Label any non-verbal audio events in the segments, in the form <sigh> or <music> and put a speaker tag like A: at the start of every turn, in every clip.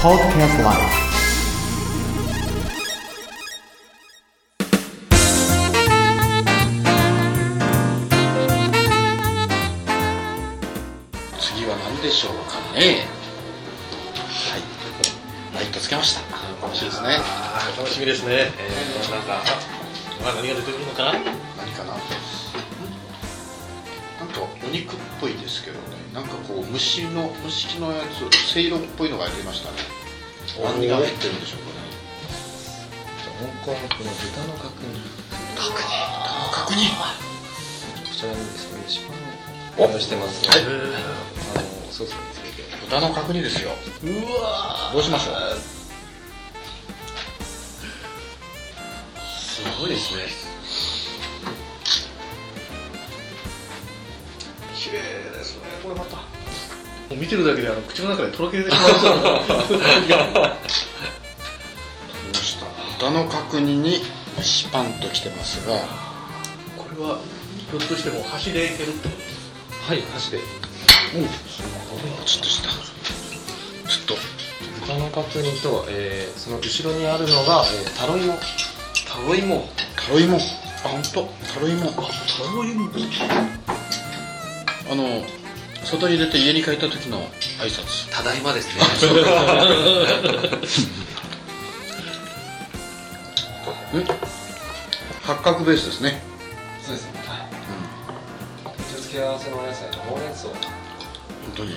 A: Podcast Live
B: 次は何でしょうかねはいライトつけました楽しいですね
C: あー楽しみですね、えー、なんか、まあ、何が出てくるのかな
B: 何かななんかお肉っぽいですけどねなんかこう虫の虫のやつせいろっぽいのが出ましたね
C: おー
B: 何が入ってるんでしょうかね
D: 香港この豚の角煮
B: 確認
D: こちらにですね一番用意してますので、あのソースにつけて
B: 豚の角煮ですよ
C: うわ
B: どうしましょう
C: ーすごいですね綺麗ですねこれまたもう見てるだけであの口の中でとろけてしまう
B: 出ました豚の角煮に蒸しパンときてますが
C: これはひょっとしてもう箸でいけるってことです
D: はい箸で
B: ちょっとしたちょっと
D: 豚の角煮と、えーその後ろにあるのが、えー、タロイモ
C: タロイモ
B: タロイモあ本当タロイモ
C: タロイモ
B: あの外に出て家に帰った時の挨拶
C: ただいまですね
B: 八角ベースですね
D: そうですね付け合わせのお野菜とほうれん草
B: 本当に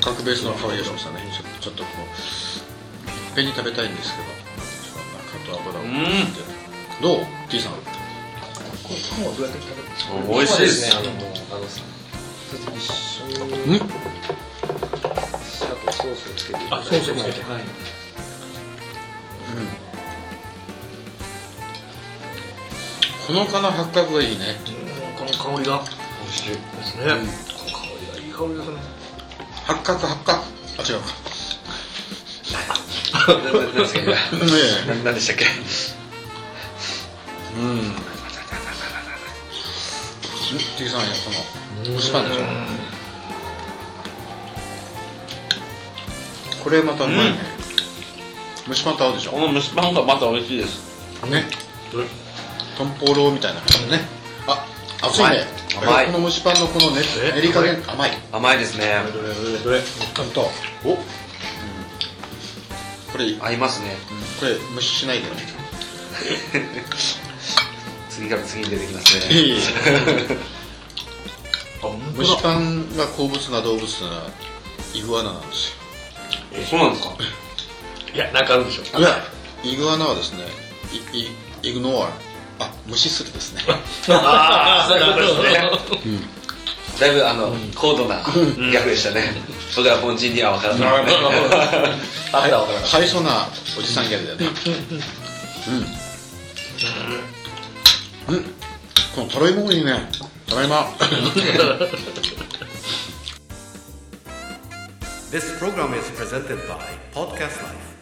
B: 八角ベースの香りがしましたねちょちょっとこういっぺんに食べたいんですけど中と油を
C: うん
B: どう T さん
C: 美味しいです
D: ねあのあの一緒に
B: ん
D: シャとソースをつけていただいて
C: はい
B: ほのかな八角がいいね
C: この香りが
B: 美味しい
C: ですね、この香りがいい香りですね
B: 八角八角あ違うか
C: <laughs>
B: ねえ
D: 何でしたっ
C: <laughs>
D: け
B: うん T さんやこの蒸しパンでしょこれまたうまいね蒸しパンと合うでしょ
E: この蒸しパンがまた美味しいです
B: ねトンポロみたいな感じねあ熱いね
E: 甘い
B: この蒸しパンのこのね
C: え
B: 練り加減甘い
E: 甘いですね
C: どれどれどれ
B: 本当おこれこ
E: 合いますね
B: れ無視しないでね
E: 次から次に出てきます
B: <laughs>
E: ね
B: いい
C: あ本当だ
B: 蒸しパンが好物な動物ならイグアナなんですよ
E: そうなんですか
C: いやなんかあるでしょ
B: いや、イグアナはですね、イイイグノア、あ、無視するですね。 <laughs>
E: ああそういうことです
B: う
E: ねだいぶあの高度な逆でしたねそれは凡人には分からない
D: あったわからな
B: ハイソなおじさんギャルだよね。うん。うん。このタロイモがいいね。ただいま。
F: This program is presented by Podcast Life.